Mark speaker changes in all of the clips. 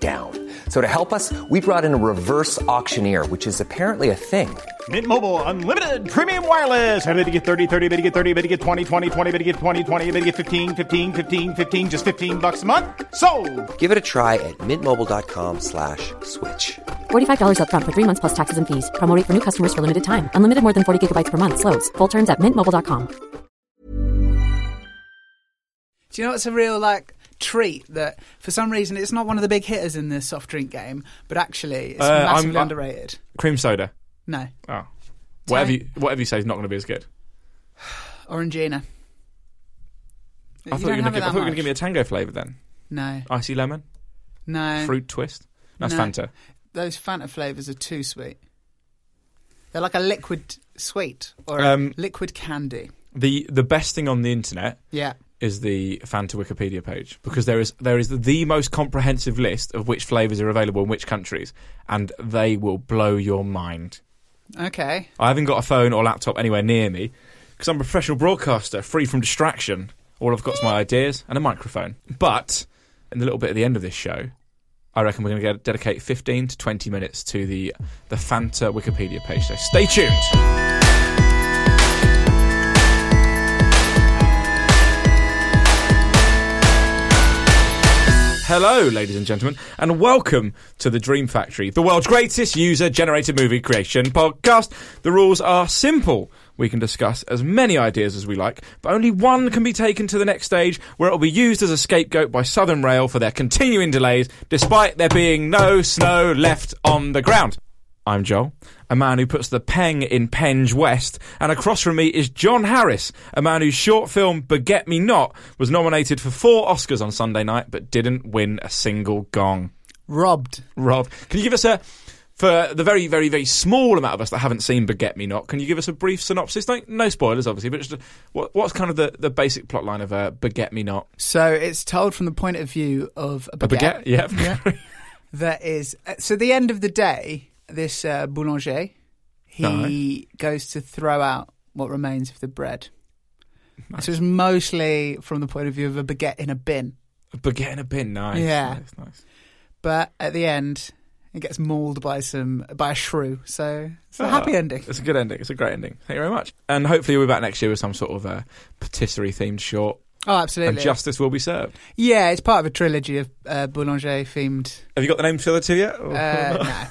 Speaker 1: down. So to help us, we brought in a reverse auctioneer, which is apparently a thing.
Speaker 2: Mint Mobile unlimited premium wireless. Ready to get 30, 30, bit to get 30, bit to get 20, 20, 20, bit to get 20, 20, bit to get 15, 15, 15, 15 just 15 bucks a month. So,
Speaker 1: Give it a try at mintmobile.com slash switch.
Speaker 3: $45 up front for three months plus taxes and fees. Promo rate for new customers for limited time. Unlimited more than 40 gigabytes per month. Slows. Full terms at mintmobile.com.
Speaker 4: Do you know it's a real like treat that for some reason it's not one of the big hitters in the soft drink game, but actually it's
Speaker 5: Uh, I'm-
Speaker 4: massively
Speaker 5: I-
Speaker 4: underrated.
Speaker 5: Cream soda.
Speaker 4: No,
Speaker 5: Oh. Whatever
Speaker 4: Tang.
Speaker 5: you, whatever you say is not going to be as good.
Speaker 4: Orangina.
Speaker 5: I thought you were going to give, I thought you were gonna give me a tango flavour then.
Speaker 4: no,
Speaker 5: Icy lemon?
Speaker 4: no.
Speaker 5: Fruit twist? That's
Speaker 4: No.
Speaker 5: Fanta.
Speaker 4: Those Fanta flavors are too sweet. They're like a liquid sweet or
Speaker 5: Um,
Speaker 4: a liquid candy.
Speaker 5: The, the best thing on the internet
Speaker 4: Yeah,
Speaker 5: is the Fanta Wikipedia page because there is there is the most comprehensive list of which flavors are available in which countries, and they will blow your mind.
Speaker 4: okay.
Speaker 5: I haven't got a phone or laptop anywhere near me because I'm a professional broadcaster, free from distraction. All I've got is my ideas and a microphone. But in the little bit at the end of this show, I reckon we're going to dedicate 15 to 20 minutes to the the Fanta Wikipedia page. So stay tuned. Hello, ladies and gentlemen, and welcome to the Dream Factory, the world's greatest user generated movie creation podcast. The rules are simple. We can discuss as many ideas as we like, but only one can be taken to the next stage where it will be used as a scapegoat by Southern Rail for their continuing delays, despite there being no snow left on the ground. I'm Joel, a man who puts the peng in Penge West, and across from me is John Harris, a man whose short film Beget Me Not was nominated for four Oscars on Sunday night but didn't win a single gong.
Speaker 4: Robbed.
Speaker 5: Rob, can you give us a, for the very, very, very small amount of us that haven't seen Beget Me Not, can you give us a brief synopsis? No, no spoilers, obviously, but just what, what's kind of the, the basic plot line of uh, Beget Me Not?
Speaker 4: So it's told from the point of view of a
Speaker 5: A
Speaker 4: baguette.
Speaker 5: baguette? Yeah.
Speaker 4: that is uh, so the end of the day this uh, boulanger he goes to throw out what remains of the bread so it's mostly from the point of view of a baguette in a bin
Speaker 5: a baguette in a bin, nice.
Speaker 4: Yeah.
Speaker 5: Nice, nice.
Speaker 4: but at the end it gets mauled by some by a shrew so it's a
Speaker 5: Ah,
Speaker 4: happy ending
Speaker 5: It's a good ending. It's a great ending. Thank you very much. And hopefully we'll be back next year with some sort of uh, patisserie themed short,
Speaker 4: oh
Speaker 5: and
Speaker 4: absolutely
Speaker 5: justice will be served.
Speaker 4: yeah it's part of a trilogy of uh, boulanger themed
Speaker 5: Have you got the name for the two yet? Or-
Speaker 4: uh, no.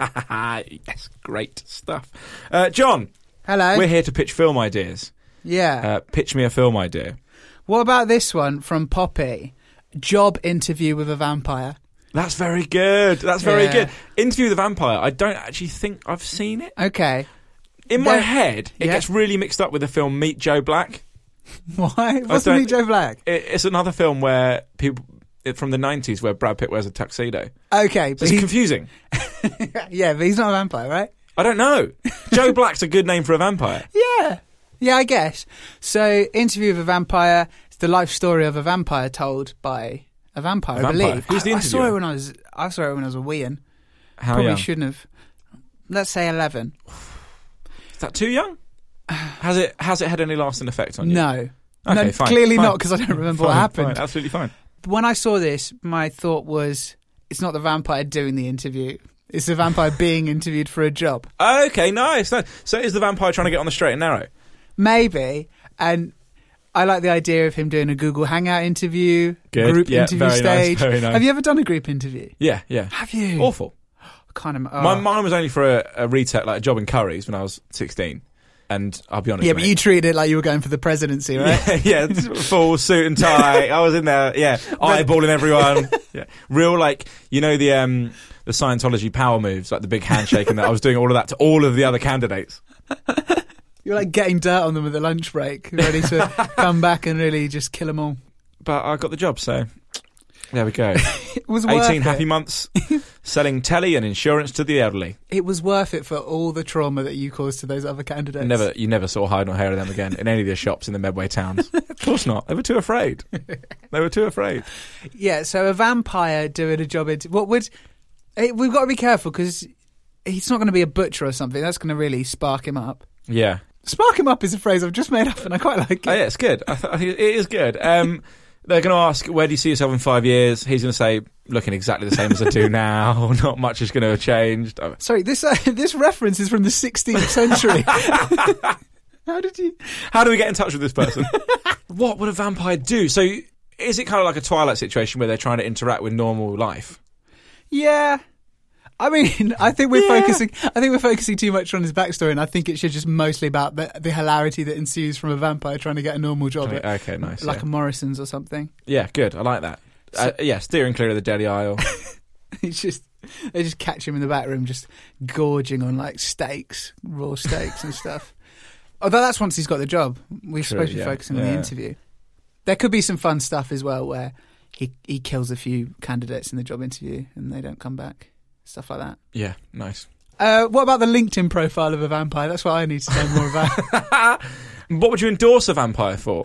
Speaker 5: yes, great stuff. Uh, John,
Speaker 4: hello
Speaker 5: we're here to pitch film ideas.
Speaker 4: yeah
Speaker 5: Uh, pitch me a film idea.
Speaker 4: what about this one from poppy job interview with a vampire
Speaker 5: That's very good. That's very
Speaker 4: Yeah.
Speaker 5: good. Interview with the Vampire. I don't actually think I've seen it.
Speaker 4: okay
Speaker 5: In my
Speaker 4: There-
Speaker 5: head, it
Speaker 4: Yeah.
Speaker 5: gets really mixed up with the film Meet Joe Black.
Speaker 4: Why? What's the
Speaker 5: don't-
Speaker 4: new Joe Black?
Speaker 5: It, it's another film where people it, from the 90s where Brad Pitt wears a tuxedo.
Speaker 4: Okay, but
Speaker 5: It's
Speaker 4: he,
Speaker 5: confusing.
Speaker 4: yeah, but he's not a vampire, right?
Speaker 5: I don't know. Joe Black's a good name for a vampire.
Speaker 4: Yeah, yeah, I guess. So, interview with a vampire. It's the life story of a vampire told by a vampire.
Speaker 5: A vampire.
Speaker 4: I believe.
Speaker 5: Who's the
Speaker 4: I, I saw
Speaker 5: interviewer?
Speaker 4: it when I was. I saw it when I was a weean.
Speaker 5: How
Speaker 4: Probably
Speaker 5: young?
Speaker 4: shouldn't have. Let's say eleven.
Speaker 5: Is that too young? Has it has it had any lasting effect on you?
Speaker 4: No.
Speaker 5: Okay,
Speaker 4: no,
Speaker 5: fine,
Speaker 4: clearly
Speaker 5: fine.
Speaker 4: not because I don't remember what
Speaker 5: Fine,
Speaker 4: happened.
Speaker 5: fine, absolutely fine.
Speaker 4: when I saw this, my thought was, it's not the vampire doing the interview; it's the vampire being interviewed for a job.
Speaker 5: Okay, nice. nice. So is the vampire trying to get on the straight and narrow?
Speaker 4: Maybe. And I like the idea of him doing a Google Hangout interview,
Speaker 5: Good.
Speaker 4: group
Speaker 5: Yeah,
Speaker 4: interview
Speaker 5: very nice,
Speaker 4: stage.
Speaker 5: very nice.
Speaker 4: Have you ever done a group interview?
Speaker 5: Yeah, yeah.
Speaker 4: Have you?
Speaker 5: Awful.
Speaker 4: I can't oh. imagine.
Speaker 5: My mine was only for a, a retake, like a job in Curry's when I was sixteen, And I'll be honest.
Speaker 4: Yeah, but
Speaker 5: mate.
Speaker 4: you treated it like you were going for the presidency, right?
Speaker 5: yeah, full suit and tie. I was in there, yeah, eyeballing everyone. Yeah, real like you know the um the Scientology power moves, like the big handshake, and that. I was doing all of that to all of the other candidates.
Speaker 4: you were like getting dirt on them at the lunch break, ready to come back and really just kill them all.
Speaker 5: But I got the job, so there we go.
Speaker 4: It was worth
Speaker 5: Eighteen
Speaker 4: it.
Speaker 5: happy months, selling telly and insurance to the elderly.
Speaker 4: It was worth it for all the trauma that you caused to those other candidates.
Speaker 5: Never, you never saw hide nor hair of them again in any of the shops in the Medway towns. of course not. They were too afraid. They were too afraid.
Speaker 4: Yeah, so a vampire doing a job. At, what would eh, we've got to be careful because he's not going to be a butcher or something. That's going to really spark him up.
Speaker 5: Yeah.
Speaker 4: Spark him up is a phrase I've just made up, and I quite like it.
Speaker 5: Oh, yeah, it's good. I, th- I think it is good. Um, they're going to ask, "Where do you see yourself in five years?" He's going to say, "Looking exactly the same as I do now. Not much is going to have changed." Uh,
Speaker 4: Sorry, this uh, this reference is from the 16th century. How did you?
Speaker 5: How do we get in touch with this person? what would a vampire do? So, is it kind of like a Twilight situation where they're trying to interact with normal life?
Speaker 4: Yeah. I mean, I think we're
Speaker 5: Yeah.
Speaker 4: focusing. I think we're focusing too much on his backstory, and I think it should just mostly about the, the hilarity that ensues from a vampire trying to get a normal job, at,
Speaker 5: Okay, nice.
Speaker 4: like
Speaker 5: yeah.
Speaker 4: a Morrison's or something.
Speaker 5: yeah, good. I like that. Uh, yeah, steering clear of the deli aisle.
Speaker 4: It's just they just catch him in the back room, just gorging on like steaks, raw steaks and stuff. Although that's once he's got the job. We're supposed to be
Speaker 5: yeah.
Speaker 4: focusing on
Speaker 5: Yeah.
Speaker 4: the interview. There could be some fun stuff as well, where he he kills a few candidates in the job interview and they don't come back, stuff like that.
Speaker 5: yeah, nice.
Speaker 4: Uh, what about the LinkedIn profile of a vampire? That's what I need to know more about.
Speaker 5: What would you endorse a vampire for?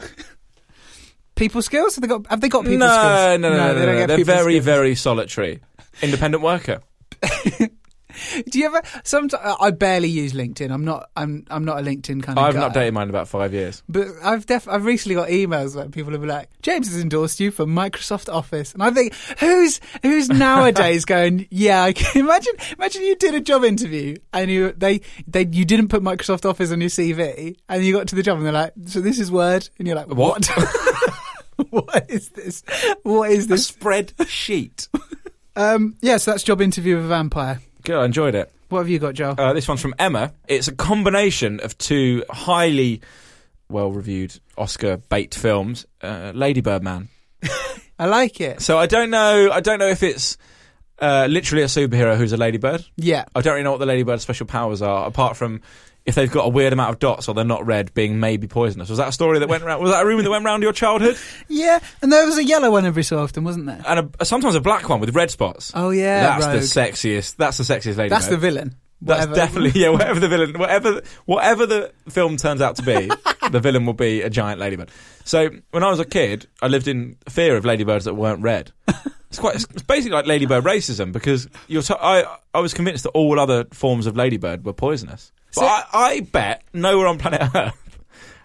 Speaker 4: people skills? Have they got? Have they got people
Speaker 5: no,
Speaker 4: skills?
Speaker 5: no, no, no, no,
Speaker 4: they
Speaker 5: no,
Speaker 4: don't get Oh
Speaker 5: They're
Speaker 4: people
Speaker 5: very,
Speaker 4: skills.
Speaker 5: very solitary. Independent worker.
Speaker 4: Do you ever? Sometimes I barely use LinkedIn. I'm not. I'm. I'm not a LinkedIn kind of.
Speaker 5: I haven't
Speaker 4: guy.
Speaker 5: updated mine in about five years.
Speaker 4: But I've def- I've recently got emails where people have been like, James has endorsed you for Microsoft Office, and I think who's who's nowadays going? Yeah, I can imagine. Imagine you did a job interview and you they they you didn't put Microsoft Office on your CV, and you got to the job and they're like, so this is Word, and you're like, what? what is this? What is this?
Speaker 5: spreadsheet.
Speaker 4: Um, yeah, so that's job interview with a vampire.
Speaker 5: Good, I enjoyed it.
Speaker 4: What have you got, Joel?
Speaker 5: Uh, this one's from Emma. It's a combination of two highly well reviewed Oscar bait films, uh, Lady Birdman.
Speaker 4: I like it.
Speaker 5: So I don't know I don't know if it's uh, literally a superhero who's a ladybird.
Speaker 4: Yeah.
Speaker 5: I don't really know what the ladybird special powers are, apart from if they've got a weird amount of dots or they're not red being maybe poisonous. Was that a story that went around was that a rumour that went around your childhood?
Speaker 4: Yeah, and there was a yellow one every so often, wasn't there?
Speaker 5: And a, sometimes a black one with red spots.
Speaker 4: Oh, yeah,
Speaker 5: That's
Speaker 4: Rogue.
Speaker 5: the sexiest that's the sexiest ladybird.
Speaker 4: That's the villain.
Speaker 5: That's
Speaker 4: Whatever.
Speaker 5: definitely yeah. Whatever the villain, whatever whatever the film turns out to be, the villain will be a giant ladybird. So when I was a kid, I lived in fear of ladybirds that weren't red. It's quite it's basically like ladybird racism because you're t- I I was convinced that all other forms of ladybird were poisonous. But I, I bet nowhere on planet Earth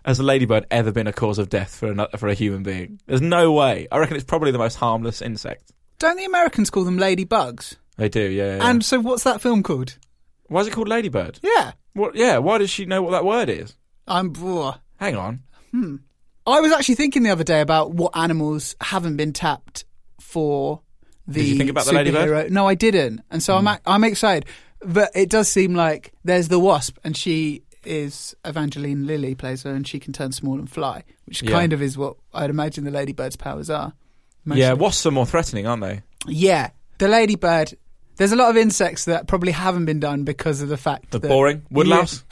Speaker 5: has a ladybird ever been a cause of death for another, for a human being. There's no way. I reckon it's probably the most harmless insect.
Speaker 4: Don't the Americans call them ladybugs?
Speaker 5: They do, yeah. yeah.
Speaker 4: And so, what's that film called?
Speaker 5: why is it called ladybird?
Speaker 4: Yeah,
Speaker 5: What? Yeah. Why does she know what that word is?
Speaker 4: I'm. ugh.
Speaker 5: Hang on.
Speaker 4: I was actually thinking the other day about what animals haven't been tapped for the.
Speaker 5: Did you think about the Hmm. ladybird?
Speaker 4: superhero- No, I didn't, and so I'm ac- I'm excited. But it does seem like there's the wasp, and she is Evangeline Lilly plays her, and she can turn small and fly, which
Speaker 5: Yeah.
Speaker 4: kind of is what I'd imagine the ladybird's powers are.
Speaker 5: Yeah, wasps are more threatening, aren't they?
Speaker 4: Yeah, the ladybird. There's a lot of insects that probably haven't been done because of the fact
Speaker 5: The
Speaker 4: that
Speaker 5: boring woodlouse.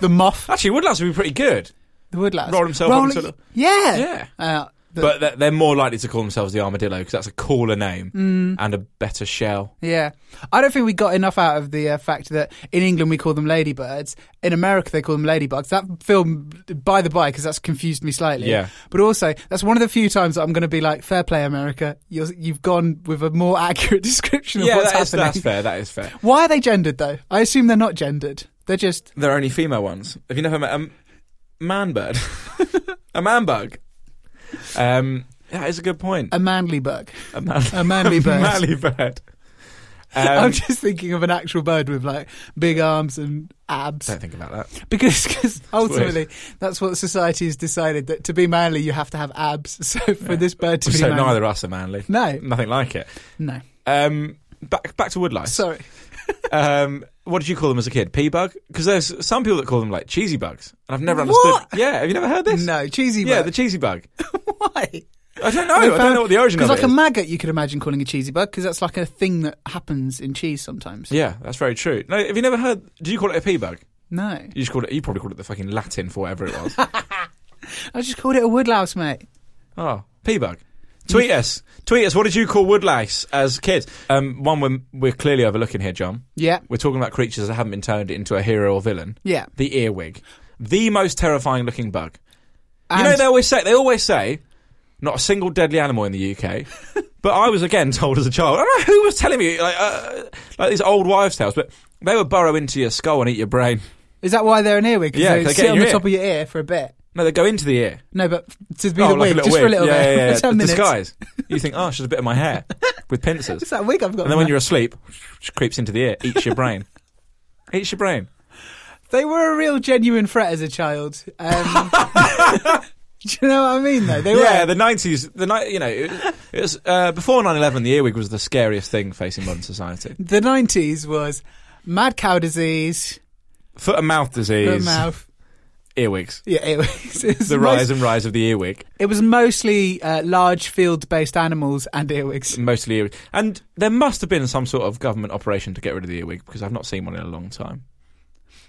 Speaker 4: the moth,
Speaker 5: Actually, woodlouse would be pretty good,
Speaker 4: the woodlouse,
Speaker 5: Roll himself up into the-
Speaker 4: Yeah,
Speaker 5: Yeah.
Speaker 4: Uh, the-
Speaker 5: but they're, they're more likely to call themselves the armadillo because that's a cooler name and a better shell.
Speaker 4: yeah, I don't think we got enough out of the uh, fact that in England we call them ladybirds, in America they call them ladybugs. That film, by the by, because that's confused me slightly.
Speaker 5: Yeah.
Speaker 4: but also that's one of the few times that I'm going to be like, fair play, America. You're, you've gone with a more accurate description of
Speaker 5: Yeah,
Speaker 4: what's
Speaker 5: that is,
Speaker 4: happening.
Speaker 5: that's fair. That is fair.
Speaker 4: Why are they gendered though? I assume they're not gendered. They're just
Speaker 5: They're only female ones. Have you never met a m- man bird? a man bug? Um, yeah, that is a good point.
Speaker 4: a manly bug.
Speaker 5: A, man-
Speaker 4: a manly bird.
Speaker 5: manly bird.
Speaker 4: I'm
Speaker 5: Um,
Speaker 4: just thinking of an actual bird with like big arms and abs.
Speaker 5: don't think about that.
Speaker 4: Because cause ultimately, that's what society has decided that to be manly, you have to have abs. So for this bird to be
Speaker 5: So
Speaker 4: manly,
Speaker 5: neither of us are manly.
Speaker 4: No.
Speaker 5: Nothing like it.
Speaker 4: no,
Speaker 5: Um, back back to woodlice.
Speaker 4: sorry,
Speaker 5: um, what did you call them as a kid? Pea bug? Because there's some people that call them like cheesy bugs, and I've never understood.
Speaker 4: What?
Speaker 5: Yeah, have you never heard this?
Speaker 4: No, cheesy
Speaker 5: Yeah,
Speaker 4: bug.
Speaker 5: the cheesy bug.
Speaker 4: Why?
Speaker 5: I don't know. I don't know what the origin of
Speaker 4: Because like
Speaker 5: it
Speaker 4: a
Speaker 5: is.
Speaker 4: maggot, you could imagine calling a cheesy bug because that's like a thing that happens in cheese sometimes.
Speaker 5: yeah, that's very true. No, have you never heard? Did you call it a pea bug?
Speaker 4: No,
Speaker 5: You just called it. You probably called it the fucking Latin for whatever it was.
Speaker 4: I just called it a woodlouse, mate.
Speaker 5: Oh, pea bug. Tweet us. Tweet us. What did you call woodlice as kids? Um, one we're, we're clearly overlooking here, John.
Speaker 4: Yeah.
Speaker 5: We're talking about creatures that haven't been turned into a hero or villain.
Speaker 4: Yeah.
Speaker 5: The earwig, the most terrifying looking bug.
Speaker 4: And
Speaker 5: you know they always say they always say not a single deadly animal in the UK. but I was again told as a child. I don't know who was telling me like uh, like these old wives' tales, but they would burrow into your skull and eat your brain.
Speaker 4: is that why they're an earwig? 'Cause
Speaker 5: Yeah,
Speaker 4: they
Speaker 5: 'cause they
Speaker 4: sit
Speaker 5: get
Speaker 4: on
Speaker 5: in
Speaker 4: the
Speaker 5: your
Speaker 4: top
Speaker 5: ear.
Speaker 4: of your ear for a bit.
Speaker 5: No, they go into the ear.
Speaker 4: No, but to be
Speaker 5: Oh,
Speaker 4: the
Speaker 5: like
Speaker 4: wig,
Speaker 5: a little
Speaker 4: just for a little
Speaker 5: yeah,
Speaker 4: bit,
Speaker 5: Yeah, yeah,
Speaker 4: for ten
Speaker 5: The
Speaker 4: minutes.
Speaker 5: Disguise. You think, oh, it's just a bit of my hair with pincers.
Speaker 4: It's that wig I've got.
Speaker 5: And then when
Speaker 4: mate.
Speaker 5: you're asleep, just creeps into the ear, eats your brain. eats your brain.
Speaker 4: They were a real genuine threat as a child. Um, do you know what I mean? Though they
Speaker 5: Yeah,
Speaker 4: were.
Speaker 5: the 90s, the ni- you know, it, it was uh, before 9/11, the earwig was the scariest thing facing modern society.
Speaker 4: the nineties was mad cow disease,
Speaker 5: Foot and mouth
Speaker 4: the
Speaker 5: disease,
Speaker 4: mouth.
Speaker 5: earwigs.
Speaker 4: Yeah, it was. It was
Speaker 5: The rise and rise of the earwig,
Speaker 4: It was mostly uh, large field-based animals and earwigs.
Speaker 5: mostly earwig. And there must have been some sort of government operation to get rid of the earwig because I've not seen one in a long time.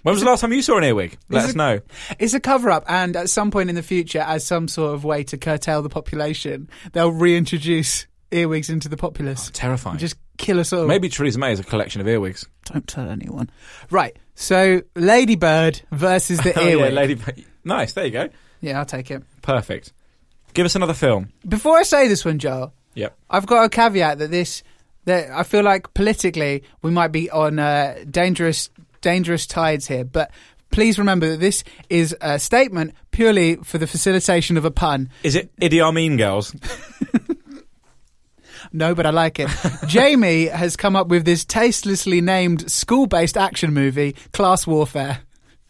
Speaker 5: When was the last time you saw an earwig? Let
Speaker 4: it-
Speaker 5: us know.
Speaker 4: It's a cover-up, and at some point in the future, as some sort of way to curtail the population, they'll reintroduce earwigs into the populace.
Speaker 5: Oh, Terrifying.
Speaker 4: Just kill us all.
Speaker 5: Maybe Theresa May is a collection of earwigs.
Speaker 4: don't tell anyone. Right. So, Ladybird versus the
Speaker 5: Oh,
Speaker 4: earwig.
Speaker 5: yeah, Lady. Nice. There you go.
Speaker 4: yeah, I'll take it.
Speaker 5: Perfect. Give us another film.
Speaker 4: Before I say this one, Joel,
Speaker 5: Yep.
Speaker 4: I've got a caveat that this that I feel like politically we might be on uh, dangerous dangerous tides here, but please remember that this is a statement purely for the facilitation of a pun.
Speaker 5: Is it Idi Amin Girls?
Speaker 4: No, but I like it. Jamie has come up with this tastelessly named school-based action movie, Class Warfare.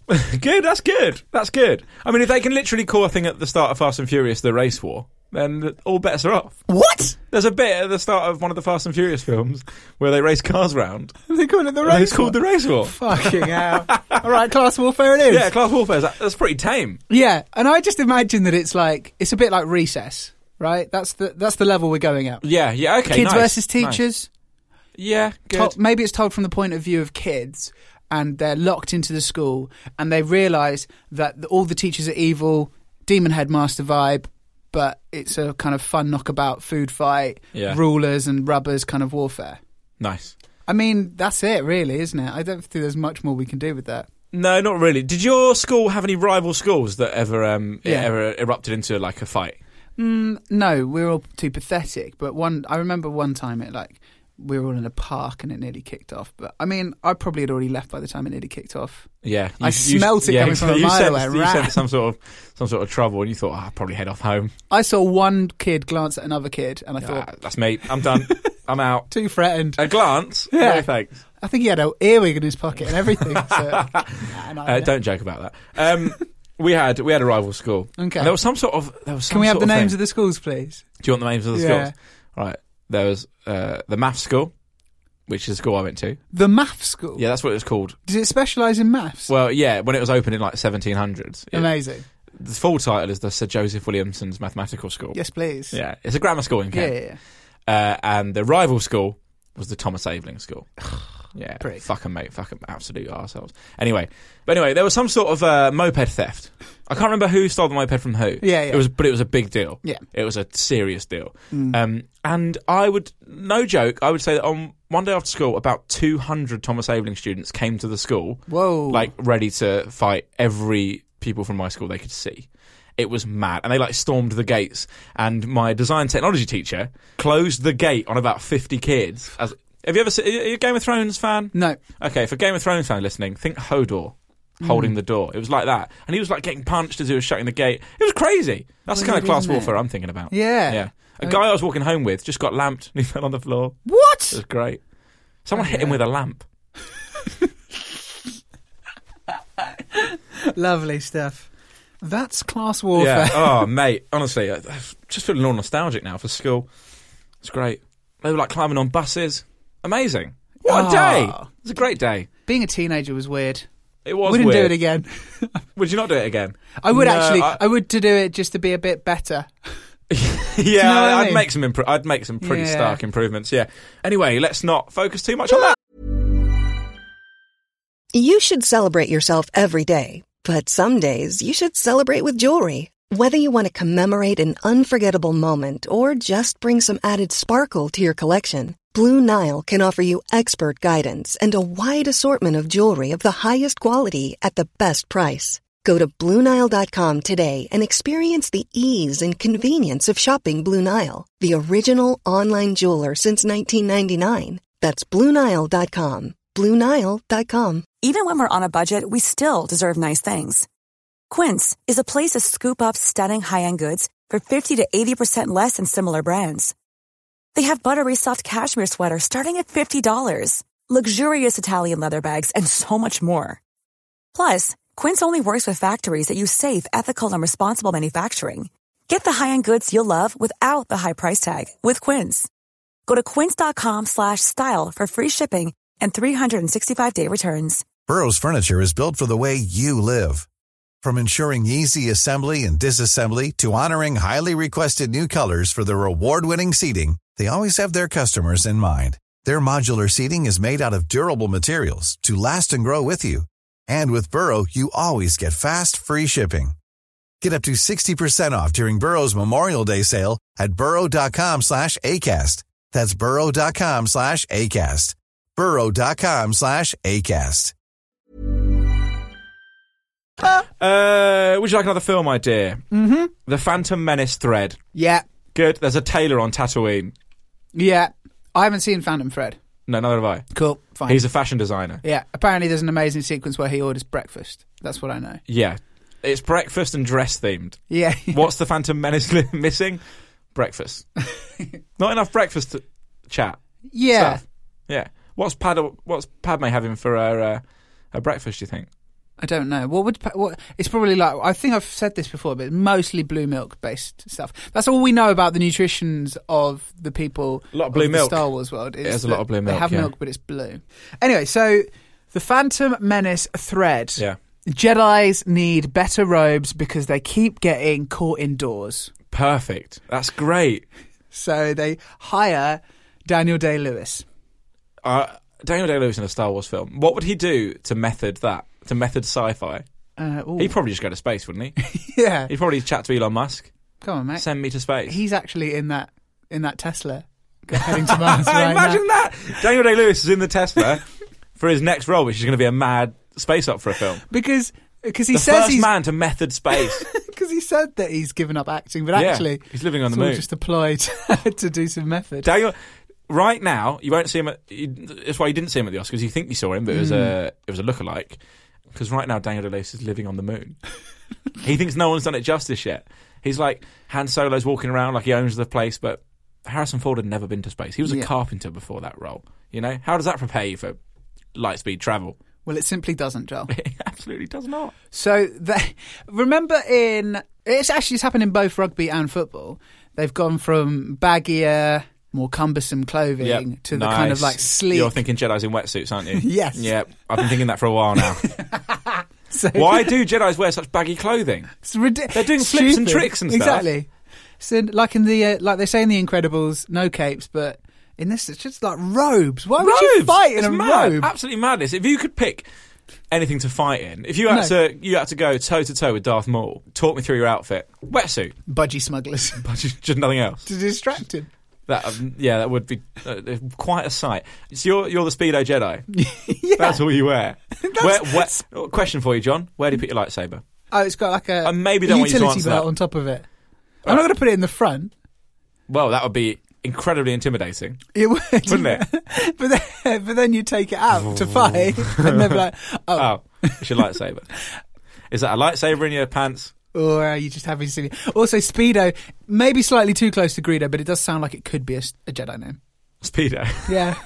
Speaker 5: good. That's good. That's good. I mean, if they can literally call a thing at the start of Fast and Furious the race war, then all bets are off.
Speaker 4: What?
Speaker 5: There's a bit at the start of one of the Fast and Furious films where they race cars round.
Speaker 4: They call it the
Speaker 5: and
Speaker 4: race.
Speaker 5: It's called the race war.
Speaker 4: Fucking hell. All right, Class Warfare it is.
Speaker 5: Yeah, class warfare. That's pretty tame.
Speaker 4: Yeah, and I just imagine that it's like it's a bit like recess, right? That's the that's the level we're going at.
Speaker 5: Yeah. Yeah. Okay.
Speaker 4: kids
Speaker 5: nice,
Speaker 4: versus
Speaker 5: nice.
Speaker 4: teachers.
Speaker 5: Yeah. Good.
Speaker 4: Told- maybe it's told from the point of view of kids, and they're locked into the school, and they realise that the, all the teachers are evil, demon headmaster vibe, but it's a kind of fun knockabout food fight,
Speaker 5: Yeah.
Speaker 4: rulers and rubbers kind of warfare.
Speaker 5: Nice.
Speaker 4: I mean, that's it, really, isn't it? I don't think there's much more we can do with that.
Speaker 5: No, not really. Did your school have any rival schools that ever um,
Speaker 4: Yeah.
Speaker 5: ever erupted into like a fight?
Speaker 4: Mm, No, we were all too pathetic. But one, I remember one time it like we were all in a park and it nearly kicked off. But I mean, I probably had already left by the time it nearly kicked off.
Speaker 5: Yeah,
Speaker 4: I smelt it coming from a
Speaker 5: you
Speaker 4: mile
Speaker 5: sensed-
Speaker 4: away,
Speaker 5: You
Speaker 4: right?
Speaker 5: sensed some sort of some sort of trouble, and you thought, "Ah, "I'll probably head off home."
Speaker 4: I saw one kid glance at another kid, and I
Speaker 5: Ah,
Speaker 4: thought
Speaker 5: that's me. I'm done. I'm out.
Speaker 4: too threatened.
Speaker 5: A glance.
Speaker 4: Yeah.
Speaker 5: No thanks.
Speaker 4: I think he had an earwig in his pocket and everything. So, and I-
Speaker 5: Uh, don't joke about that. Um, we had we had a rival school.
Speaker 4: Okay.
Speaker 5: And there was some sort of there was. Some
Speaker 4: Can we have
Speaker 5: sort
Speaker 4: the
Speaker 5: of
Speaker 4: names
Speaker 5: thing.
Speaker 4: of the schools, please?
Speaker 5: Do you want the names of the
Speaker 4: Yeah.
Speaker 5: schools? All right. There was uh, the math school, which is the school I went to.
Speaker 4: The math school.
Speaker 5: Yeah, that's what it was called.
Speaker 4: Does it specialise in maths?
Speaker 5: Well, yeah, when it was opened in like 1700s. It-
Speaker 4: Amazing.
Speaker 5: the full title is the Sir Joseph Williamson's Mathematical School.
Speaker 4: Yes, please.
Speaker 5: Yeah, it's a grammar school in
Speaker 4: Yeah,
Speaker 5: Kent.
Speaker 4: yeah, yeah.
Speaker 5: uh, and the rival school was the Thomas Aveling School. yeah,
Speaker 4: Prick.
Speaker 5: fucking mate, fucking absolute ourselves. Anyway, but anyway, there was some sort of uh, moped theft. I can't remember who stole the moped from who.
Speaker 4: Yeah, yeah.
Speaker 5: It was, but it was a big deal.
Speaker 4: Yeah. Mm.
Speaker 5: it was a serious deal. Um, and I would, no joke, I would say that on one day after school, about two hundred Thomas Aveling students came to the school.
Speaker 4: Whoa.
Speaker 5: Like ready to fight every people from my school they could see. It was mad, and they like stormed the gates. And my design technology teacher closed the gate on about fifty kids. As have you ever seen? Are you a Game of Thrones fan?
Speaker 4: No.
Speaker 5: Okay, for Game of Thrones fan listening, think Hodor holding
Speaker 4: Hmm.
Speaker 5: the door. It was like that, and he was like getting punched as he was shutting the gate. It was crazy. That's the kind of
Speaker 4: Weird,
Speaker 5: class
Speaker 4: isn't it?
Speaker 5: warfare I'm thinking about.
Speaker 4: Yeah.
Speaker 5: yeah. A guy I was walking home with just got lamped and he fell on the floor. It
Speaker 4: What?
Speaker 5: was great. Someone hit him with a lamp.
Speaker 4: Lovely stuff. That's class warfare.
Speaker 5: Yeah. Oh, mate. Honestly, I, I just feeling all nostalgic now for school. It's great. They were like climbing on buses. Amazing. What What a day!
Speaker 4: Ah.
Speaker 5: It's a great day.
Speaker 4: Being a teenager was weird.
Speaker 5: It was.
Speaker 4: Wouldn't do
Speaker 5: weird.
Speaker 4: it again.
Speaker 5: Would you not do it again?
Speaker 4: I would
Speaker 5: No,
Speaker 4: actually.
Speaker 5: I-
Speaker 4: I, would to do it just to be a bit better.
Speaker 5: Yeah,
Speaker 4: know what I
Speaker 5: I'd
Speaker 4: mean?
Speaker 5: make some. Impro- I'd make some pretty
Speaker 4: Yeah.
Speaker 5: stark improvements. Yeah. Anyway, let's not focus too much on that.
Speaker 6: You should celebrate yourself every day, but some days you should celebrate with jewelry. Whether you want to commemorate an unforgettable moment or just bring some added sparkle to your collection, Blue Nile can offer you expert guidance and a wide assortment of jewelry of the highest quality at the best price. Go to BlueNile.com today and experience the ease and convenience of shopping Blue Nile, the original online jeweler since 1999. That's BlueNile.com. BlueNile.com.
Speaker 7: Even when we're on a budget, we still deserve nice things. Quince is a place to scoop up stunning high-end goods for 50 to 80% less than similar brands. They have buttery soft cashmere sweaters starting at $50, luxurious Italian leather bags, and so much more. Plus, Quince only works with factories that use safe, ethical, and responsible manufacturing. Get the high-end goods you'll love without the high price tag with Quince. Go to quince.com slash style for free shipping and 365-day returns.
Speaker 8: Burrow's furniture is built for the way you live. From ensuring easy assembly and disassembly to honoring highly requested new colors for their award-winning seating, they always have their customers in mind. Their modular seating is made out of durable materials to last and grow with you. And with Burrow, you always get fast, free shipping. Get up to 60% off during Burrow's Memorial Day sale at burrow.com slash ACAST. That's burrow.com slash ACAST. burrow.com slash ACAST.
Speaker 5: Uh, would you like another film idea? Mm-hmm. The Phantom Menace thread.
Speaker 4: Yeah,
Speaker 5: Good. There's a tailor on Tatooine.
Speaker 4: yeah. I haven't seen Phantom Thread.
Speaker 5: No, neither have I.
Speaker 4: Cool, fine.
Speaker 5: He's a fashion designer.
Speaker 4: yeah, apparently there's an amazing sequence where he orders breakfast. That's what I know.
Speaker 5: Yeah. It's breakfast and dress themed.
Speaker 4: Yeah,
Speaker 5: What's the Phantom Menace li- missing? Breakfast. Not enough breakfast to chat.
Speaker 4: yeah.
Speaker 5: Stuff. Yeah. What's Pad? What's Padme having for her uh, her breakfast? Do you think?
Speaker 4: I don't know. What would pa- what? It's probably like I think I've said this before, but mostly blue milk based stuff. That's all we know about the nutritions of the people.
Speaker 5: A lot of blue
Speaker 4: the
Speaker 5: milk.
Speaker 4: Star Wars world. is
Speaker 5: has a lot
Speaker 4: that
Speaker 5: of blue
Speaker 4: They
Speaker 5: milk,
Speaker 4: have
Speaker 5: yeah.
Speaker 4: milk, but it's blue. Anyway, so the Phantom Menace thread.
Speaker 5: Yeah.
Speaker 4: Jedi's need better robes because they keep getting caught indoors.
Speaker 5: Perfect. That's great.
Speaker 4: So they hire Daniel Day Lewis.
Speaker 5: Uh, Daniel Day Lewis in a Star Wars film. What would he do to method that? To method sci-fi?
Speaker 4: Uh, ooh.
Speaker 5: He'd probably just go to space, wouldn't he?
Speaker 4: yeah,
Speaker 5: He'd probably chat to Elon Musk.
Speaker 4: come on, mate.
Speaker 5: Send me to space.
Speaker 4: He's actually in that in that Tesla heading to Mars right now.
Speaker 5: Imagine that. Daniel Day Lewis is in the Tesla for his next role, which is going to be a mad space opera film.
Speaker 4: because because he
Speaker 5: the
Speaker 4: says
Speaker 5: first
Speaker 4: he's
Speaker 5: man to method space.
Speaker 4: because he said that he's given up acting, but
Speaker 5: Yeah,
Speaker 4: actually
Speaker 5: he's living on
Speaker 4: it's
Speaker 5: the
Speaker 4: all
Speaker 5: moon.
Speaker 4: Just applied to do some method.
Speaker 5: Daniel, right now you won't see him. At, you, that's why you didn't see him at the Oscars. You think you saw him, but it was a
Speaker 4: Mm.
Speaker 5: it was a lookalike. Because right now Daniel Day Lewis is living on the moon. he thinks no one's done it justice yet. He's like Han Solo's walking around like he owns the place, but Harrison Ford had never been to space. He was a
Speaker 4: Yeah.
Speaker 5: carpenter before that role. You know how does that prepare you for light speed travel?
Speaker 4: Well, it simply doesn't, Joel.
Speaker 5: It absolutely does not.
Speaker 4: So they, remember in it's actually it's happened in both rugby and football. They've gone from baggier, more cumbersome clothing
Speaker 5: Yep.
Speaker 4: to the kind of
Speaker 5: Nice.
Speaker 4: like sleek.
Speaker 5: You're thinking Jedi's in wetsuits, aren't you?
Speaker 4: Yes.
Speaker 5: Yeah, I've been thinking that for a while now. Why do Jedi's wear such baggy clothing?
Speaker 4: It's ridiculous.
Speaker 5: They're doing flips and tricks and stuff.
Speaker 4: Exactly. So like in the uh, like they say in the Incredibles, no capes, but in this it's just like robes. Why would you
Speaker 5: Robes!
Speaker 4: fight in
Speaker 5: It's
Speaker 4: a
Speaker 5: mad. Ah.
Speaker 4: robe?
Speaker 5: Absolutely madness. If you could pick anything to fight in, if you had
Speaker 4: No.
Speaker 5: to, you had to go toe to toe with Darth Maul. Talk me through your outfit. Wetsuit,
Speaker 4: Budgie smugglers
Speaker 5: but just, just nothing else.
Speaker 4: to distract him.
Speaker 5: That um, yeah, that would be uh, quite a sight. So you're you're the speedo Jedi. That's all you wear. Where, where, question for you, John. Where do you put your lightsaber?
Speaker 4: Oh, it's got like a
Speaker 5: I maybe don't want you to
Speaker 4: utility
Speaker 5: answer
Speaker 4: belt
Speaker 5: that.
Speaker 4: on top of it. I'm not going to put it in the front.
Speaker 5: Well, that would be incredibly intimidating.
Speaker 4: It would,
Speaker 5: Wouldn't
Speaker 4: it? but then, but then you take it out to fight, and they're like, oh,
Speaker 5: Oh, it's your lightsaber. Is that a lightsaber in your pants?
Speaker 4: or are oh, you just having silly? Also, Speedo, maybe slightly too close to Greedo, but it does sound like it could be a, s- a Jedi name.
Speaker 5: Speedo.
Speaker 4: Yeah.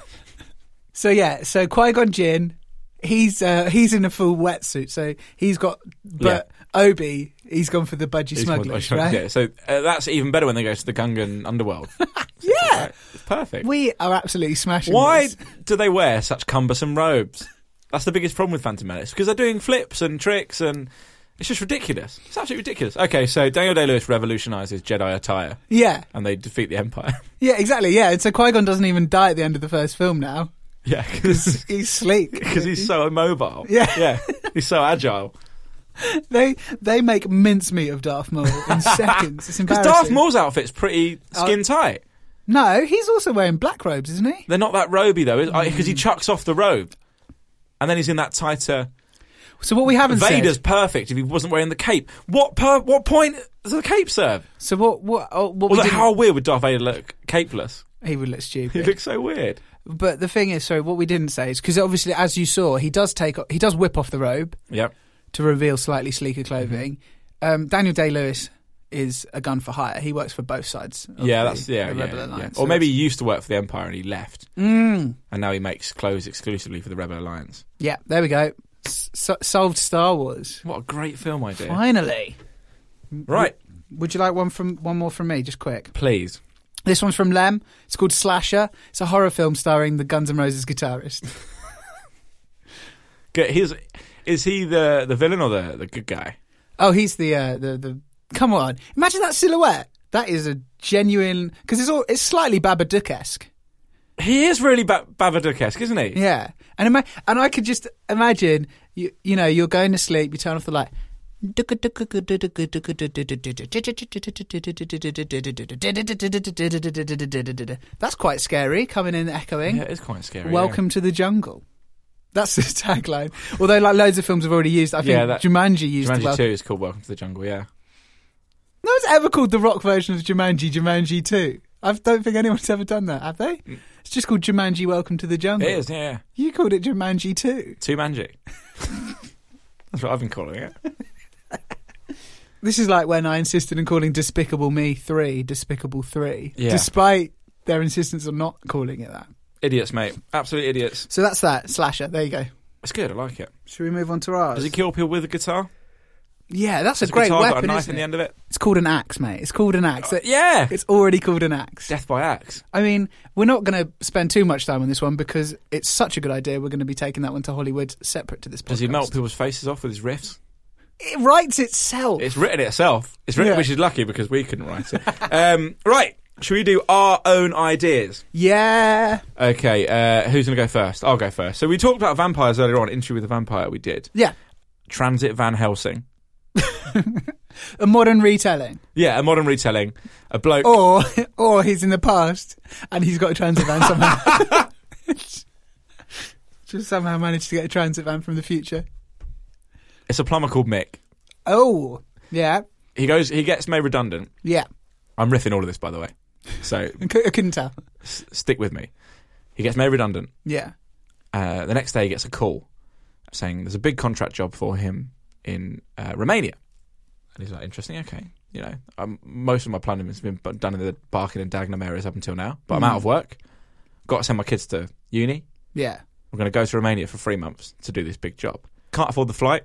Speaker 4: so yeah, so Qui Gon Jinn, he's uh, he's in a full wetsuit, so he's got. But Obi, he's gone for the budgie
Speaker 5: He's called-
Speaker 4: smugglers, right?
Speaker 5: Yeah, so uh, that's even better when they go to the Gungan underworld.
Speaker 4: Yeah.
Speaker 5: It's perfect.
Speaker 4: we are absolutely smashing.
Speaker 5: Why
Speaker 4: this.
Speaker 5: do they wear such cumbersome robes? That's the biggest problem with Phantom Menace because they're doing flips and tricks and it's just ridiculous. It's absolutely ridiculous. Okay, so Daniel Day Lewis revolutionizes Jedi attire
Speaker 4: Yeah,
Speaker 5: and they defeat the Empire.
Speaker 4: yeah, exactly. Yeah, and so Qui Gon doesn't even die at the end of the first film now.
Speaker 5: yeah, because
Speaker 4: He's sleek
Speaker 5: he's so immobile.
Speaker 4: Yeah.
Speaker 5: yeah, he's so agile.
Speaker 4: They they make mincemeat of Darth Maul in seconds. It's
Speaker 5: Because
Speaker 4: embarrassing. Uh,
Speaker 5: Darth Maul's outfit's pretty skin tight.
Speaker 4: No, he's also wearing black robes, isn't he?
Speaker 5: They're not that roby though, because he chucks off the robe, and then he's in that tighter.
Speaker 4: So what we haven't
Speaker 5: Vader's
Speaker 4: said.
Speaker 5: perfect if he wasn't wearing the cape. What per- what point does the cape serve?
Speaker 4: So what what oh, what we
Speaker 5: Although
Speaker 4: didn't-
Speaker 5: how weird would Darth Vader look capeless?
Speaker 4: he would look
Speaker 5: He
Speaker 4: stupid.
Speaker 5: looks so weird.
Speaker 4: but the thing is, sorry, what we didn't say is because obviously, as you saw, he does take o- he does whip off the robe
Speaker 5: Yep.
Speaker 4: to reveal slightly sleeker
Speaker 5: Mm-hmm.
Speaker 4: clothing. Um, Daniel Day Lewis is a gun for hire. He works for both sides. Of
Speaker 5: Yeah,
Speaker 4: the-
Speaker 5: that's yeah,
Speaker 4: the
Speaker 5: yeah,
Speaker 4: Rebel
Speaker 5: yeah.
Speaker 4: Alliance.
Speaker 5: Or
Speaker 4: So
Speaker 5: maybe he
Speaker 4: that's-
Speaker 5: used to work for the Empire and he left, and now he makes clothes exclusively for the Rebel Alliance.
Speaker 4: yeah. There we go. S- so- solved Star Wars.
Speaker 5: What a great film idea!
Speaker 4: Finally,
Speaker 5: Right,
Speaker 4: would you like one from one more from me? Just quick.
Speaker 5: please.
Speaker 4: This one's from Lem. It's called Slasher. It's a horror film starring the Guns N' Roses guitarist.
Speaker 5: Good. Here's, is he the the villain or the the good guy?
Speaker 4: Oh, he's the uh, the the. Come on, imagine that silhouette. That is a genuine because it's all it's slightly Babadook esque.
Speaker 5: He is really ba- Babadook-esque, isn't he?
Speaker 4: Yeah, and ima- and I could just imagine you you know you're going to sleep, you turn off the light. That's quite scary. Coming in echoing.
Speaker 5: Yeah, it's quite scary. yeah.
Speaker 4: Welcome to the jungle. That's the tagline. Although, like loads of films have already used. I think
Speaker 5: Yeah, that-
Speaker 4: Jumanji used.
Speaker 5: Jumanji
Speaker 4: well.
Speaker 5: Two is called Welcome to the Jungle. Yeah.
Speaker 4: No one's ever called the rock version of Jumanji Jumanji 2. I don't think anyone's ever done that, have they? It's just called Jumanji Welcome to the Jungle.
Speaker 5: Mm. It is, yeah. yeah.
Speaker 4: You called it Jumanji 2.
Speaker 5: Two Manji. That's what I've been calling it.
Speaker 4: This is like when I insisted on calling Despicable Me 3 Despicable 3,
Speaker 5: Yeah.
Speaker 4: despite their insistence on not calling it that.
Speaker 5: Idiots, mate. Absolute idiots.
Speaker 4: So that's that, Slasher. There you go.
Speaker 5: It's good. I like it.
Speaker 4: Should we move on to ours?
Speaker 5: Does he kill people with a guitar?
Speaker 4: yeah, that's a
Speaker 5: Has the
Speaker 4: great
Speaker 5: guitar
Speaker 4: weapon.
Speaker 5: got a knife
Speaker 4: isn't it?
Speaker 5: in the end of it?
Speaker 4: It's called an axe, mate. It's called an axe.
Speaker 5: Yeah.
Speaker 4: It's already called an axe.
Speaker 5: Death by axe.
Speaker 4: I mean, we're not going to spend too much time on this one because it's such a good idea. We're going to be taking that one to Hollywood separate to this podcast.
Speaker 5: Does he melt people's faces off with his riffs?
Speaker 4: It writes itself.
Speaker 5: It's written itself. It's written,
Speaker 4: Yeah.
Speaker 5: which is lucky because we couldn't write it. um, right. Should we do our own ideas?
Speaker 4: yeah.
Speaker 5: Okay. Uh, who's going to go first? I'll go first. So we talked about vampires earlier on. Interview with a vampire. We did.
Speaker 4: Yeah.
Speaker 5: Transit Van Helsing.
Speaker 4: A modern retelling.
Speaker 5: Yeah, a modern retelling. A bloke.
Speaker 4: Or or he's in the past and he's got a transit van somehow. Just somehow managed to get a transit van from the future.
Speaker 5: It's a plumber called Mick.
Speaker 4: Oh. Yeah.
Speaker 5: He goes. He gets made redundant.
Speaker 4: Yeah.
Speaker 5: I'm riffing all of this, by the way. So
Speaker 4: I cou- I couldn't tell.
Speaker 5: s- stick with me. He gets made redundant.
Speaker 4: Yeah.
Speaker 5: Uh, the next day, he gets a call saying there's a big contract job for him in uh, Romania. And he's like, interesting, okay. You know, um, most of my planning has been bu- done in the Barking and Dagenham areas up until now, but I'm out of work. Got to send my kids to uni.
Speaker 4: Yeah.
Speaker 5: We're going to go to Romania for three months to do this big job. Can't afford the flight.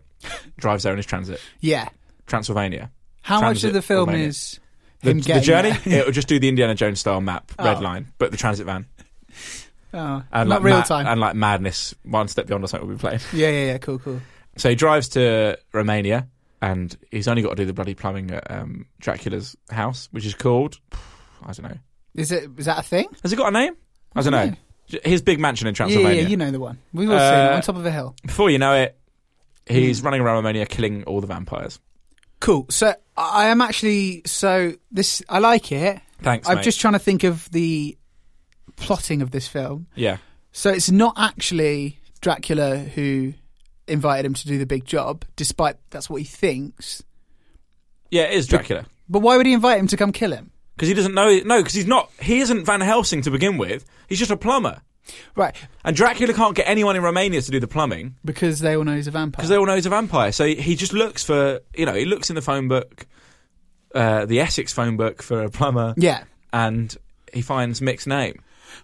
Speaker 5: Drives there in his transit.
Speaker 4: Yeah.
Speaker 5: Transylvania.
Speaker 4: How much
Speaker 5: Transit
Speaker 4: of the film
Speaker 5: Romania.
Speaker 4: is
Speaker 5: The,
Speaker 4: him
Speaker 5: the
Speaker 4: getting
Speaker 5: journey,
Speaker 4: there?
Speaker 5: it'll just do the Indiana Jones style map, red
Speaker 4: Oh.
Speaker 5: line, but the transit van.
Speaker 4: oh,
Speaker 5: and
Speaker 4: not
Speaker 5: like
Speaker 4: real
Speaker 5: Ma-
Speaker 4: time.
Speaker 5: and like madness one step beyond or something we'll be playing
Speaker 4: yeah, yeah, yeah. Cool, cool.
Speaker 5: so he drives to romania and he's only got to do the bloody plumbing at um, dracula's house which is called i don't know
Speaker 4: Is it is that a thing?
Speaker 5: has it got a name i don't know his big mansion in
Speaker 4: Yeah, yeah,
Speaker 5: transylvania
Speaker 4: yeah, you know the one. We've all seen it
Speaker 5: Uh,
Speaker 4: on top of a hill.
Speaker 5: before you know it he's
Speaker 4: Mm.
Speaker 5: running around romania killing all the vampires
Speaker 4: Cool. So I am actually so this I like it.
Speaker 5: thanks
Speaker 4: I'm
Speaker 5: mate.
Speaker 4: just trying to think of the plotting of this film.
Speaker 5: yeah
Speaker 4: So it's not actually Dracula who invited him to do the big job, despite that's what he thinks.
Speaker 5: yeah it is dracula
Speaker 4: But why would he invite him to come kill him?
Speaker 5: because he doesn't know no because he's not he isn't van helsing to begin with he's just a plumber
Speaker 4: Right,
Speaker 5: and dracula can't get anyone in romania to do the plumbing
Speaker 4: because they all know he's a vampire.
Speaker 5: because they all know he's a vampire. So he- he just looks for, you know, he looks in the phone book, uh, the Essex phone book for a plumber,
Speaker 4: yeah.
Speaker 5: and he finds Mick's name.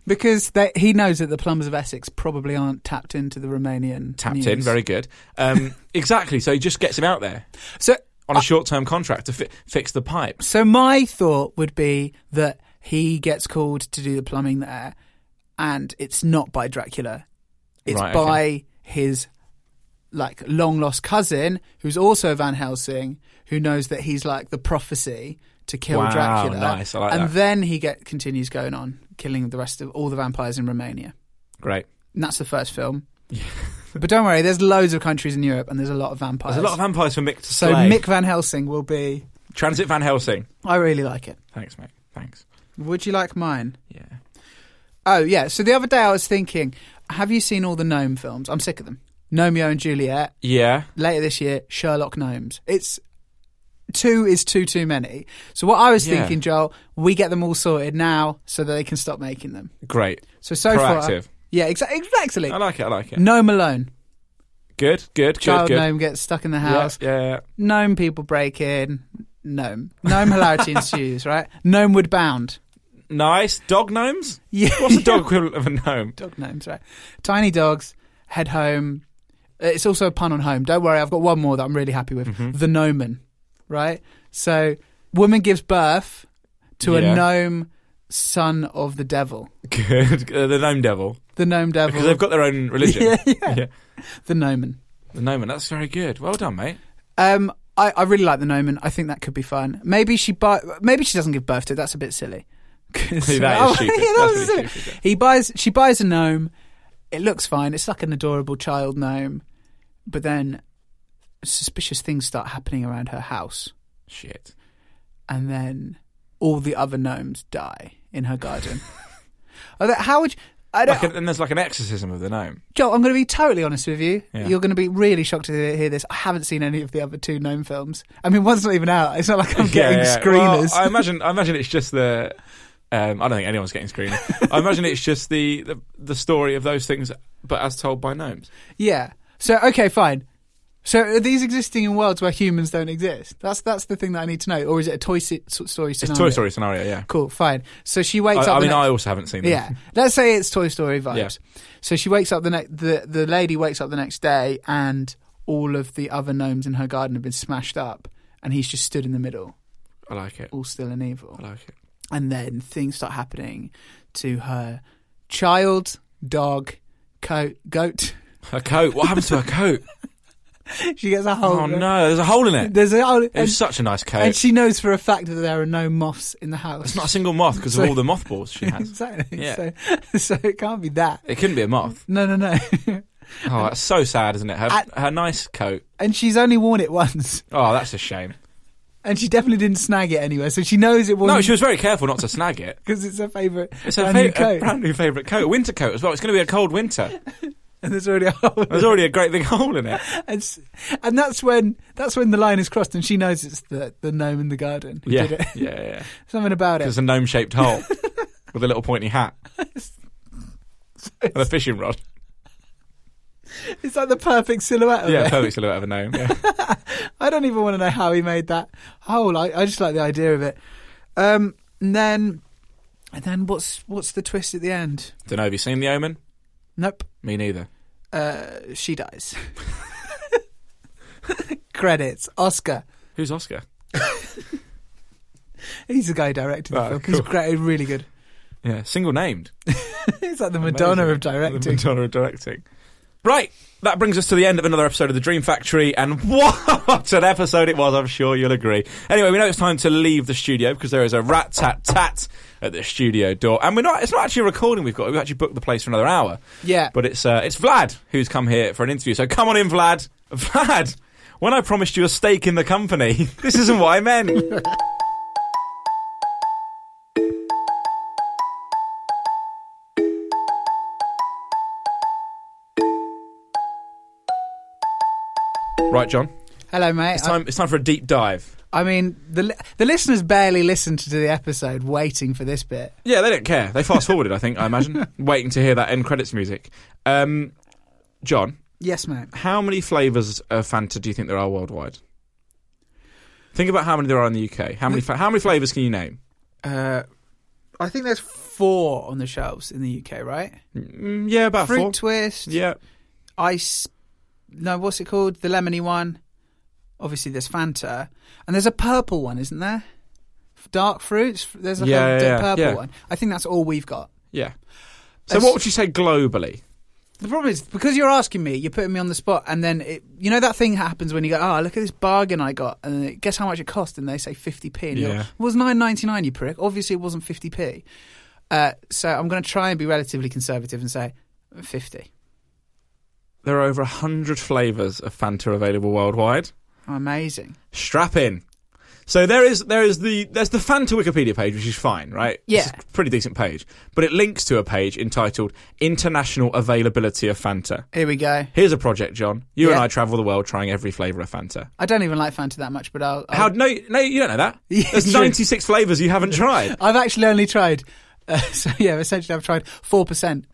Speaker 4: because they, he knows that the plumbers of Essex probably aren't tapped into the Romanian
Speaker 5: Tapped
Speaker 4: news.
Speaker 5: in, very good. Um, exactly. So he just gets him out there
Speaker 4: So uh,
Speaker 5: on a short-term contract to fi- fix the pipes.
Speaker 4: So my thought would be that he gets called to do the plumbing there, and it's not by Dracula, it's
Speaker 5: Right,
Speaker 4: by
Speaker 5: okay.
Speaker 4: his like long lost cousin, who's also Van Helsing, who knows that he's like the prophecy to kill
Speaker 5: Wow,
Speaker 4: Dracula.
Speaker 5: nice, I like
Speaker 4: and
Speaker 5: that.
Speaker 4: then he get continues going on killing the rest of all the vampires in Romania.
Speaker 5: Great.
Speaker 4: And that's the first film. but don't worry, there's loads of countries in Europe, and there's a lot of vampires.
Speaker 5: There's a lot of vampires for Mick to
Speaker 4: so
Speaker 5: slay.
Speaker 4: Mick Van Helsing will be.
Speaker 5: Transit Van Helsing.
Speaker 4: I really like it.
Speaker 5: Thanks, mate. Thanks.
Speaker 4: Would you like mine?
Speaker 5: Yeah.
Speaker 4: Oh yeah. So the other day I was thinking, have you seen all the gnome films? I'm sick of them. Gnomeo and Juliet.
Speaker 5: Yeah.
Speaker 4: Later this year, Sherlock Gnomes. It's two is too too many. So what I was
Speaker 5: Yeah.
Speaker 4: thinking, Joel, we get them all sorted now so that they can stop making them.
Speaker 5: Great.
Speaker 4: So so
Speaker 5: Proactive.
Speaker 4: far, yeah, exa- exactly.
Speaker 5: I like it. I like it.
Speaker 4: Gnome alone.
Speaker 5: Good. Good.
Speaker 4: Child
Speaker 5: good. Good.
Speaker 4: gnome gets stuck in the
Speaker 5: Yeah,
Speaker 4: house.
Speaker 5: Yeah. yeah.
Speaker 4: Gnome people break in. Gnome. Gnome hilarity ensues. Right. Gnome would bound.
Speaker 5: Nice. Dog gnomes?
Speaker 4: Yeah.
Speaker 5: What's the dog equivalent of a gnome?
Speaker 4: dog names, right? Tiny dogs, head home. Uh, It's also a pun on home. Don't worry, I've got one more that I'm really happy with.
Speaker 5: Mm-hmm.
Speaker 4: The gnomon, right? So, woman gives birth to
Speaker 5: Yeah.
Speaker 4: a gnome son of the devil.
Speaker 5: Good. Uh, the gnome devil.
Speaker 4: The gnome
Speaker 5: Because
Speaker 4: devil.
Speaker 5: they've got their own religion.
Speaker 4: Yeah, yeah.
Speaker 5: yeah.
Speaker 4: the gnomon.
Speaker 5: The gnomon. That's very good. Well done, mate.
Speaker 4: Um, I, I really like the gnomon. I think that could be fun. Maybe she buy, Maybe she doesn't give birth to it. That's a bit silly. 'Cause- uh,
Speaker 5: That is stupid.
Speaker 4: that was
Speaker 5: That's really
Speaker 4: silly.
Speaker 5: stupid, yeah.
Speaker 4: He buys. She buys a gnome. It looks fine. It's like an adorable child gnome, but then suspicious things start happening around her house,
Speaker 5: Shit.
Speaker 4: and then all the other gnomes die in her garden. Oh, that- How would you, I don't?
Speaker 5: Like an- and there's like an exorcism of the gnome.
Speaker 4: Joel, I'm going to be totally honest with you.
Speaker 5: Yeah.
Speaker 4: You're going to be really shocked to hear this. I haven't seen any of the other two gnome films. I mean, one's not even out. It's not like I'm getting
Speaker 5: yeah, yeah. Well,
Speaker 4: screeners.
Speaker 5: I imagine. I imagine it's just the. Um, I don't think anyone's getting screeners. I imagine it's just the, the the story of those things, but as told by gnomes.
Speaker 4: yeah. So okay, fine. So are these existing in worlds where humans don't exist? That's that's the thing that I need to know. Or is it a Toy Si- s- Story
Speaker 5: It's
Speaker 4: scenario?
Speaker 5: Toy Story scenario, yeah.
Speaker 4: Cool, fine. So she wakes
Speaker 5: I,
Speaker 4: up.
Speaker 5: I
Speaker 4: the
Speaker 5: mean,
Speaker 4: next-
Speaker 5: I also haven't seen them.
Speaker 4: Yeah. Let's say it's Toy Story vibes.
Speaker 5: Yeah.
Speaker 4: So she wakes up the next the the lady wakes up the next day and all of the other gnomes in her garden have been smashed up and he's just stood in the middle,
Speaker 5: I like it.
Speaker 4: all still and evil.
Speaker 5: I like it.
Speaker 4: and then things start happening to her child, dog, coat, goat.
Speaker 5: Her coat. What happened to her coat?
Speaker 4: She gets a whole.
Speaker 5: Oh no, there's a hole in it.
Speaker 4: There's a whole,
Speaker 5: It
Speaker 4: and,
Speaker 5: was such a nice coat.
Speaker 4: and she knows for a fact that there are no moths in the house.
Speaker 5: It's not a single moth because of
Speaker 4: So-
Speaker 5: all the mothballs she has.
Speaker 4: exactly.
Speaker 5: Yeah.
Speaker 4: So, so it can't be that.
Speaker 5: It couldn't be a moth.
Speaker 4: No, no, no.
Speaker 5: Oh, that's so sad, isn't it? Her,
Speaker 4: At-
Speaker 5: her nice coat.
Speaker 4: and she's only worn it once,
Speaker 5: Oh, that's a shame.
Speaker 4: and she definitely didn't snag it anywhere, so she knows it wasn't.
Speaker 5: No, she was very careful not to snag it.
Speaker 4: because it's her favourite
Speaker 5: It's her
Speaker 4: brand new
Speaker 5: fa- a
Speaker 4: coat,
Speaker 5: brand new favourite coat, a winter coat as well. It's going to be a cold winter.
Speaker 4: and there's already a hole.
Speaker 5: There's already a great big hole in it.
Speaker 4: And, s- and that's when that's when the line is crossed, and she knows it's the the gnome in the garden. who
Speaker 5: Yeah,
Speaker 4: did it.
Speaker 5: yeah, yeah.
Speaker 4: Something about it.
Speaker 5: There's a gnome-shaped hole with a little pointy hat and a fishing rod.
Speaker 4: It's like the perfect silhouette of
Speaker 5: Yeah,
Speaker 4: it.
Speaker 5: perfect silhouette of a gnome. Yeah.
Speaker 4: I don't even want to know how he made that hole. I, I just like the idea of it. Um, and then, and then what's what's the twist at the end?
Speaker 5: Don't know. Have you seen The Omen?
Speaker 4: Nope,
Speaker 5: Me neither.
Speaker 4: uh, she dies. Credits. Oscar.
Speaker 5: Who's Oscar?
Speaker 4: He's the guy who directed the
Speaker 5: Oh,
Speaker 4: film.
Speaker 5: cool.
Speaker 4: He's great, really good.
Speaker 5: Yeah, single named.
Speaker 4: He's like the Madonna
Speaker 5: Amazing.
Speaker 4: of directing.
Speaker 5: The Madonna of directing. Right, that brings us to the end of another episode of The Dream Factory, and what an episode it was, I'm sure you'll agree. Anyway, we know it's time to leave the studio because there is a rat tat tat at the studio door, and we're not, it's not actually a recording we've got, we've actually booked the place for another hour.
Speaker 4: Yeah.
Speaker 5: But it's, uh, it's Vlad who's come here for an interview, so come on in, Vlad. Vlad, when I promised you a stake in the company, this isn't what I meant. Right, John.
Speaker 4: Hello, mate.
Speaker 5: It's time. It's time for a deep dive.
Speaker 4: I, I mean, the li- the listeners barely listened to the episode, waiting for this bit.
Speaker 5: Yeah, they don't care. They fast forwarded. I think. I imagine waiting to hear that end credits music. Um, John,
Speaker 4: Yes, mate.
Speaker 5: how many flavors of Fanta do you think there are worldwide? Think about how many there are in the UK. How many? Fa- how many flavors can you name?
Speaker 4: Uh, I think there's four on the shelves in the UK, right?
Speaker 5: Mm, yeah, about
Speaker 4: Fruit
Speaker 5: four.
Speaker 4: twist,
Speaker 5: yeah,
Speaker 4: ice. No, what's it called? The lemony one. Obviously, there's Fanta, and there's a purple one, isn't there? Dark fruits. There's a
Speaker 5: Yeah,
Speaker 4: whole
Speaker 5: yeah,
Speaker 4: d-
Speaker 5: yeah,
Speaker 4: purple
Speaker 5: yeah.
Speaker 4: one. I think that's all we've got.
Speaker 5: yeah. So,
Speaker 4: That's-
Speaker 5: what would you say globally?
Speaker 4: The problem is because you're asking me, you're putting me on the spot, and then it, you know that thing happens when you go, "Oh, look at this bargain I got," and then, guess how much it cost? And they say fifty p.
Speaker 5: Yeah.
Speaker 4: It was nine ninety nine, you prick. Obviously, it wasn't fifty p. Uh, so I'm going to try and be relatively conservative and say fifty.
Speaker 5: There are over 100 flavours of Fanta available worldwide.
Speaker 4: Amazing.
Speaker 5: Strap in. So there is there is the there's the Fanta Wikipedia page, which is fine, right?
Speaker 4: Yeah.
Speaker 5: It's a pretty decent page. But it links to a page entitled International Availability of Fanta.
Speaker 4: Here we go.
Speaker 5: Here's a project, John. You and
Speaker 4: Yeah.
Speaker 5: I travel the world trying every flavour of Fanta.
Speaker 4: I don't even like Fanta that much, but I'll. I'll
Speaker 5: How no no you don't know that.
Speaker 4: Oh. Yeah,
Speaker 5: There's
Speaker 4: true.
Speaker 5: 96 flavours you haven't tried.
Speaker 4: I've actually only tried. Uh, so yeah, essentially, I've tried four percent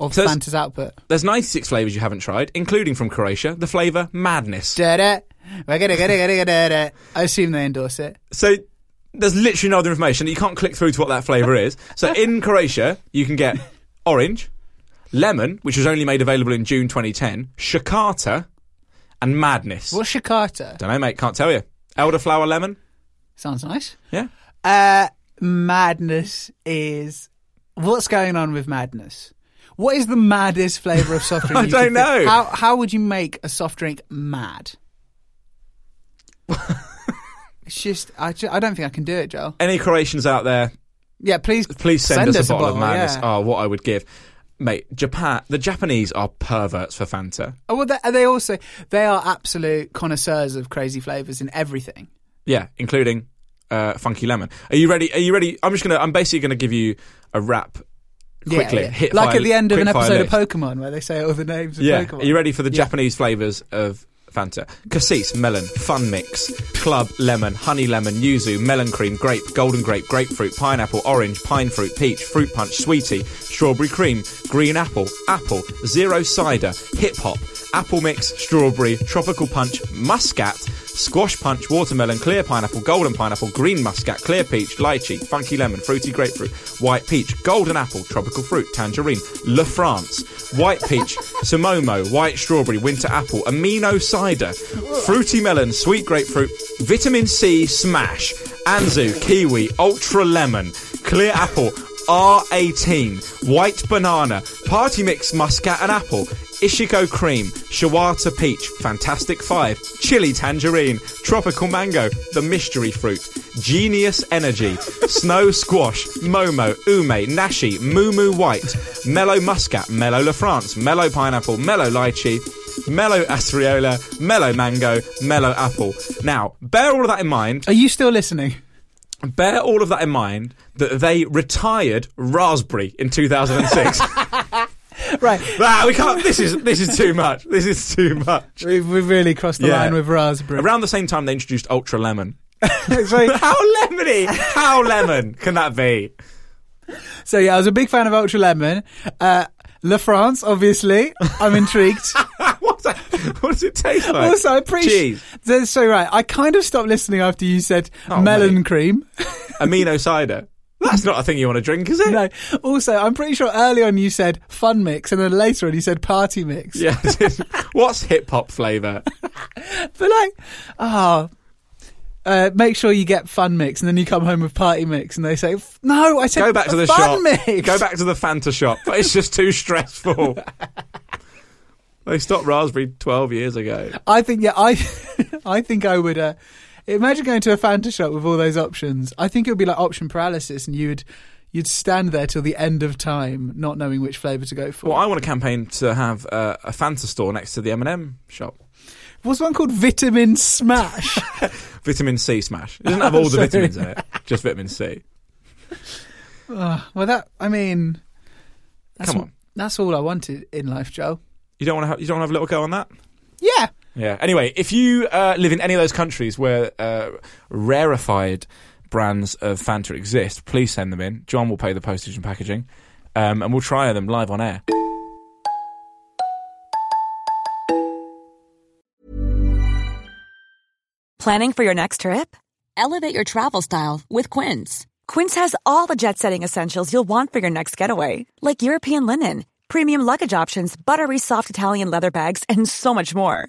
Speaker 4: of
Speaker 5: So it's-
Speaker 4: Fanta's output.
Speaker 5: There's 96 flavours you haven't tried, including from Croatia, the flavour madness.
Speaker 4: Da-da, wa-ga-da-ga-da-ga-da-ga-da. I assume they endorse it.
Speaker 5: So there's literally no other information. You can't click through to what that flavour is. So in Croatia, you can get orange, lemon, which was only made available in June 2010, shakata, and madness.
Speaker 4: What's Shakata?
Speaker 5: Don't know, mate. Can't tell you. Elderflower lemon.
Speaker 4: Sounds nice.
Speaker 5: Yeah.
Speaker 4: Uh, madness is what's going on with madness. What is the maddest flavour of soft drink?
Speaker 5: I
Speaker 4: you could
Speaker 5: don't know.
Speaker 4: think- How how would you make a soft drink mad? it's just I, ju- I don't think I can do it, Joel.
Speaker 5: Any Croatians out there?
Speaker 4: Yeah, please
Speaker 5: Please send, us, a bottle, of madness.
Speaker 4: yeah.
Speaker 5: Oh, what I would give, mate. Japan. The Japanese are perverts for Fanta.
Speaker 4: Oh, well, they, they also they are absolute connoisseurs of crazy flavors in everything.
Speaker 5: Yeah, including uh, Funky Lemon. Are you ready? Are you ready? I'm just gonna. I'm basically gonna give you a rap
Speaker 4: Yeah,
Speaker 5: quickly.
Speaker 4: yeah.
Speaker 5: Hit
Speaker 4: like
Speaker 5: fire-
Speaker 4: at the end of an
Speaker 5: quick fire
Speaker 4: episode
Speaker 5: list.
Speaker 4: of Pokemon, where they say all the names of
Speaker 5: Yeah.
Speaker 4: Pokemon.
Speaker 5: Are you ready for the Japanese flavors of Fanta? Cassis, melon, fun mix, club, lemon, honey lemon, yuzu, melon cream, grape, golden grape, grapefruit, pineapple, orange, pine fruit, peach, fruit punch, sweetie, strawberry cream, green apple, apple, zero cider, hip hop, apple mix, strawberry, tropical punch, muscat, squash punch, watermelon, clear pineapple, golden pineapple, green muscat, clear peach, lychee, funky lemon, fruity grapefruit, white peach, golden apple, tropical fruit, tangerine, La France, white peach, Samomo, white strawberry, winter apple, amino cider, fruity melon, sweet grapefruit, vitamin C smash, anzu, kiwi, ultra lemon, clear apple, R18, white banana, party mix, muscat and apple, Ishiko cream, Shawata peach, Fantastic Five, chili tangerine, tropical mango, the mystery fruit, genius energy, snow squash, momo, ume, nashi, mumu white, mellow muscat, mellow la France, mellow pineapple, mellow lychee, mellow astriola, mellow mango, mellow apple. Now, bear all of that in mind
Speaker 4: Are you still listening?
Speaker 5: bear all of that in mind that they retired raspberry in 2006
Speaker 4: Right.
Speaker 5: ah, we can't this is this is too much this is too much
Speaker 4: We've, we've really crossed the
Speaker 5: Yeah.
Speaker 4: line with raspberry.
Speaker 5: around the same time they introduced ultra lemon
Speaker 4: so,
Speaker 5: how lemony how lemon can that be
Speaker 4: so yeah, I was a big fan of Ultra Lemon. Uh, La France, obviously. I'm intrigued.
Speaker 5: What's that? what does it taste like
Speaker 4: also, I'm pretty
Speaker 5: cheese
Speaker 4: sure. So right, I kind of stopped listening after you said
Speaker 5: Oh,
Speaker 4: melon
Speaker 5: mate.
Speaker 4: cream.
Speaker 5: amino cider that's not a thing you want to drink is it
Speaker 4: no. Also, I'm pretty sure early on you said fun mix, and then later on you said party mix.
Speaker 5: yeah what's hip hop flavour
Speaker 4: But like, ah. uh, make sure you get fun mix, and then you come home with party mix, and they say, "F- "No, I said
Speaker 5: go back to the
Speaker 4: fun
Speaker 5: shop.
Speaker 4: mix."
Speaker 5: Go back to the Fanta shop. But it's just too stressful. they stopped raspberry twelve years ago.
Speaker 4: I think yeah, I I think I would uh, imagine going to a Fanta shop with all those options. I think it would be like option paralysis, and you would you'd stand there till the end of time, not knowing which flavour to go for.
Speaker 5: Well, I want a campaign to have uh, a Fanta store next to the M&M shop.
Speaker 4: Was one called Vitamin Smash?
Speaker 5: Vitamin C smash. It doesn't have all the
Speaker 4: Sorry.
Speaker 5: vitamins in it. Just vitamin C.
Speaker 4: well, that I mean, that's,
Speaker 5: Come on.
Speaker 4: that's all I wanted in life, Joe.
Speaker 5: You don't want to. Have, you don't want to have a little go on that.
Speaker 4: Yeah,
Speaker 5: Yeah. Anyway, if you uh, live in any of those countries where uh, rarefied brands of Fanta exist, please send them in. John will pay the postage and packaging, um, and we'll try them live on air.
Speaker 7: Planning for your next trip?
Speaker 9: Elevate your travel style with Quince.
Speaker 7: Quince has all the jet setting essentials you'll want for your next getaway, like European linen, premium luggage options, buttery soft Italian leather bags, and so much more.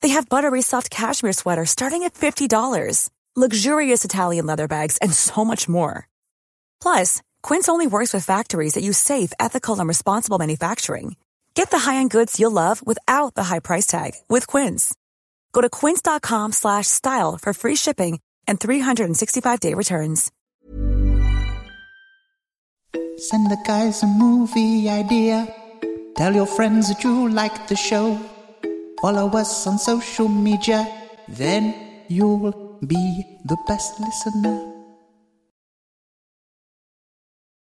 Speaker 7: They have buttery soft cashmere sweaters starting at $50, luxurious Italian leather bags, and so much more. Plus, Quince only works with factories that use safe, ethical, and responsible manufacturing. Get the high-end goods you'll love without the high price tag with Quince. Go to quince.com slash style for free shipping and 365-day returns.
Speaker 10: Send the guys a movie idea. Tell your friends that you like the show. Follow us on social media. Then you'll be the best listener.